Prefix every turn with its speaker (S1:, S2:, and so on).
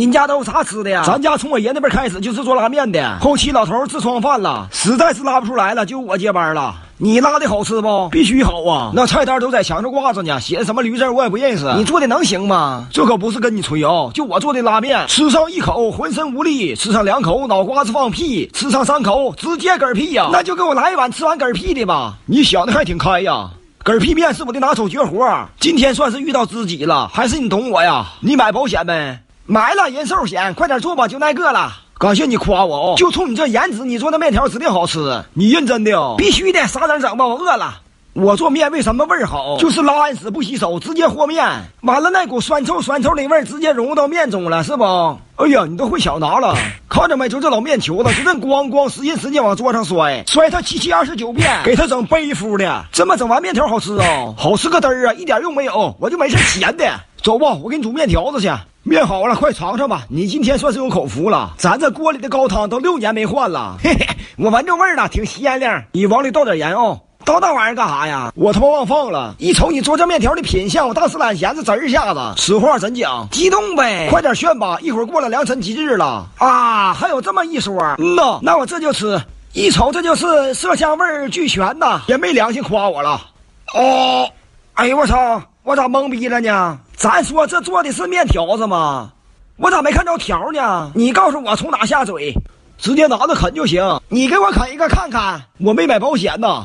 S1: 您家都有啥吃的呀？咱家从我爷那边开始就是做拉面的，后期老头自创饭了，实在是拉不出来了，就我接班了。你拉的好吃不？必须好啊！那菜单都在墙上挂着呢，写的什么驴字儿我也不认识。你做的能行吗？这可不是跟你吹啊、就我做的拉面，吃上一口浑身无力，吃上两口脑瓜子放屁，吃上三口直接嗝屁呀、那就给我来一碗吃完嗝屁的吧。你想的还挺开呀、嗝屁面是我的拿手绝活儿，今天算是遇到知己了，还是你懂我呀？你买保险没？买了人寿险，快点做吧，就那个了。感谢你夸我哦，就冲你这颜值，你做那面条指定好吃。你认真的哦？必须的，啥整整吧，我饿了。我做面为什么味儿好？就是拉完屎不洗手，直接和面，完了那股酸臭酸臭的味儿直接融入到面中了，是不？哎呀，你都会小拿了，看着没？就这老面球子，就这咣咣使劲使劲往桌上摔，摔他七七二十九遍，给他整背夫的。这么整完面条好吃啊、好吃个嘚儿啊，一点用没有，我就没事闲的。走吧，我给你煮面条子去。面好了，快尝尝吧。你今天算是有口福了，咱这锅里的高汤都六年没换了。嘿嘿，我闻着味儿了，挺鲜亮。你往里倒点盐哦。倒那玩意儿干啥呀？我他妈忘放了！一瞅你做这面条的品相，我当时懒闲子滋儿一下子。实话真讲，激动呗！快点炫吧，一会儿过了良辰吉日了啊！还有这么一说，嗯呐，那我这就吃。一瞅这就是色香味儿俱全呐，也没良心夸我了。哦，哎呦我操！我咋懵逼了呢？咱说这做的是面条子吗？我咋没看着条呢？你告诉我从哪下嘴，直接拿着啃就行。你给我啃一个看看，我没买保险呐。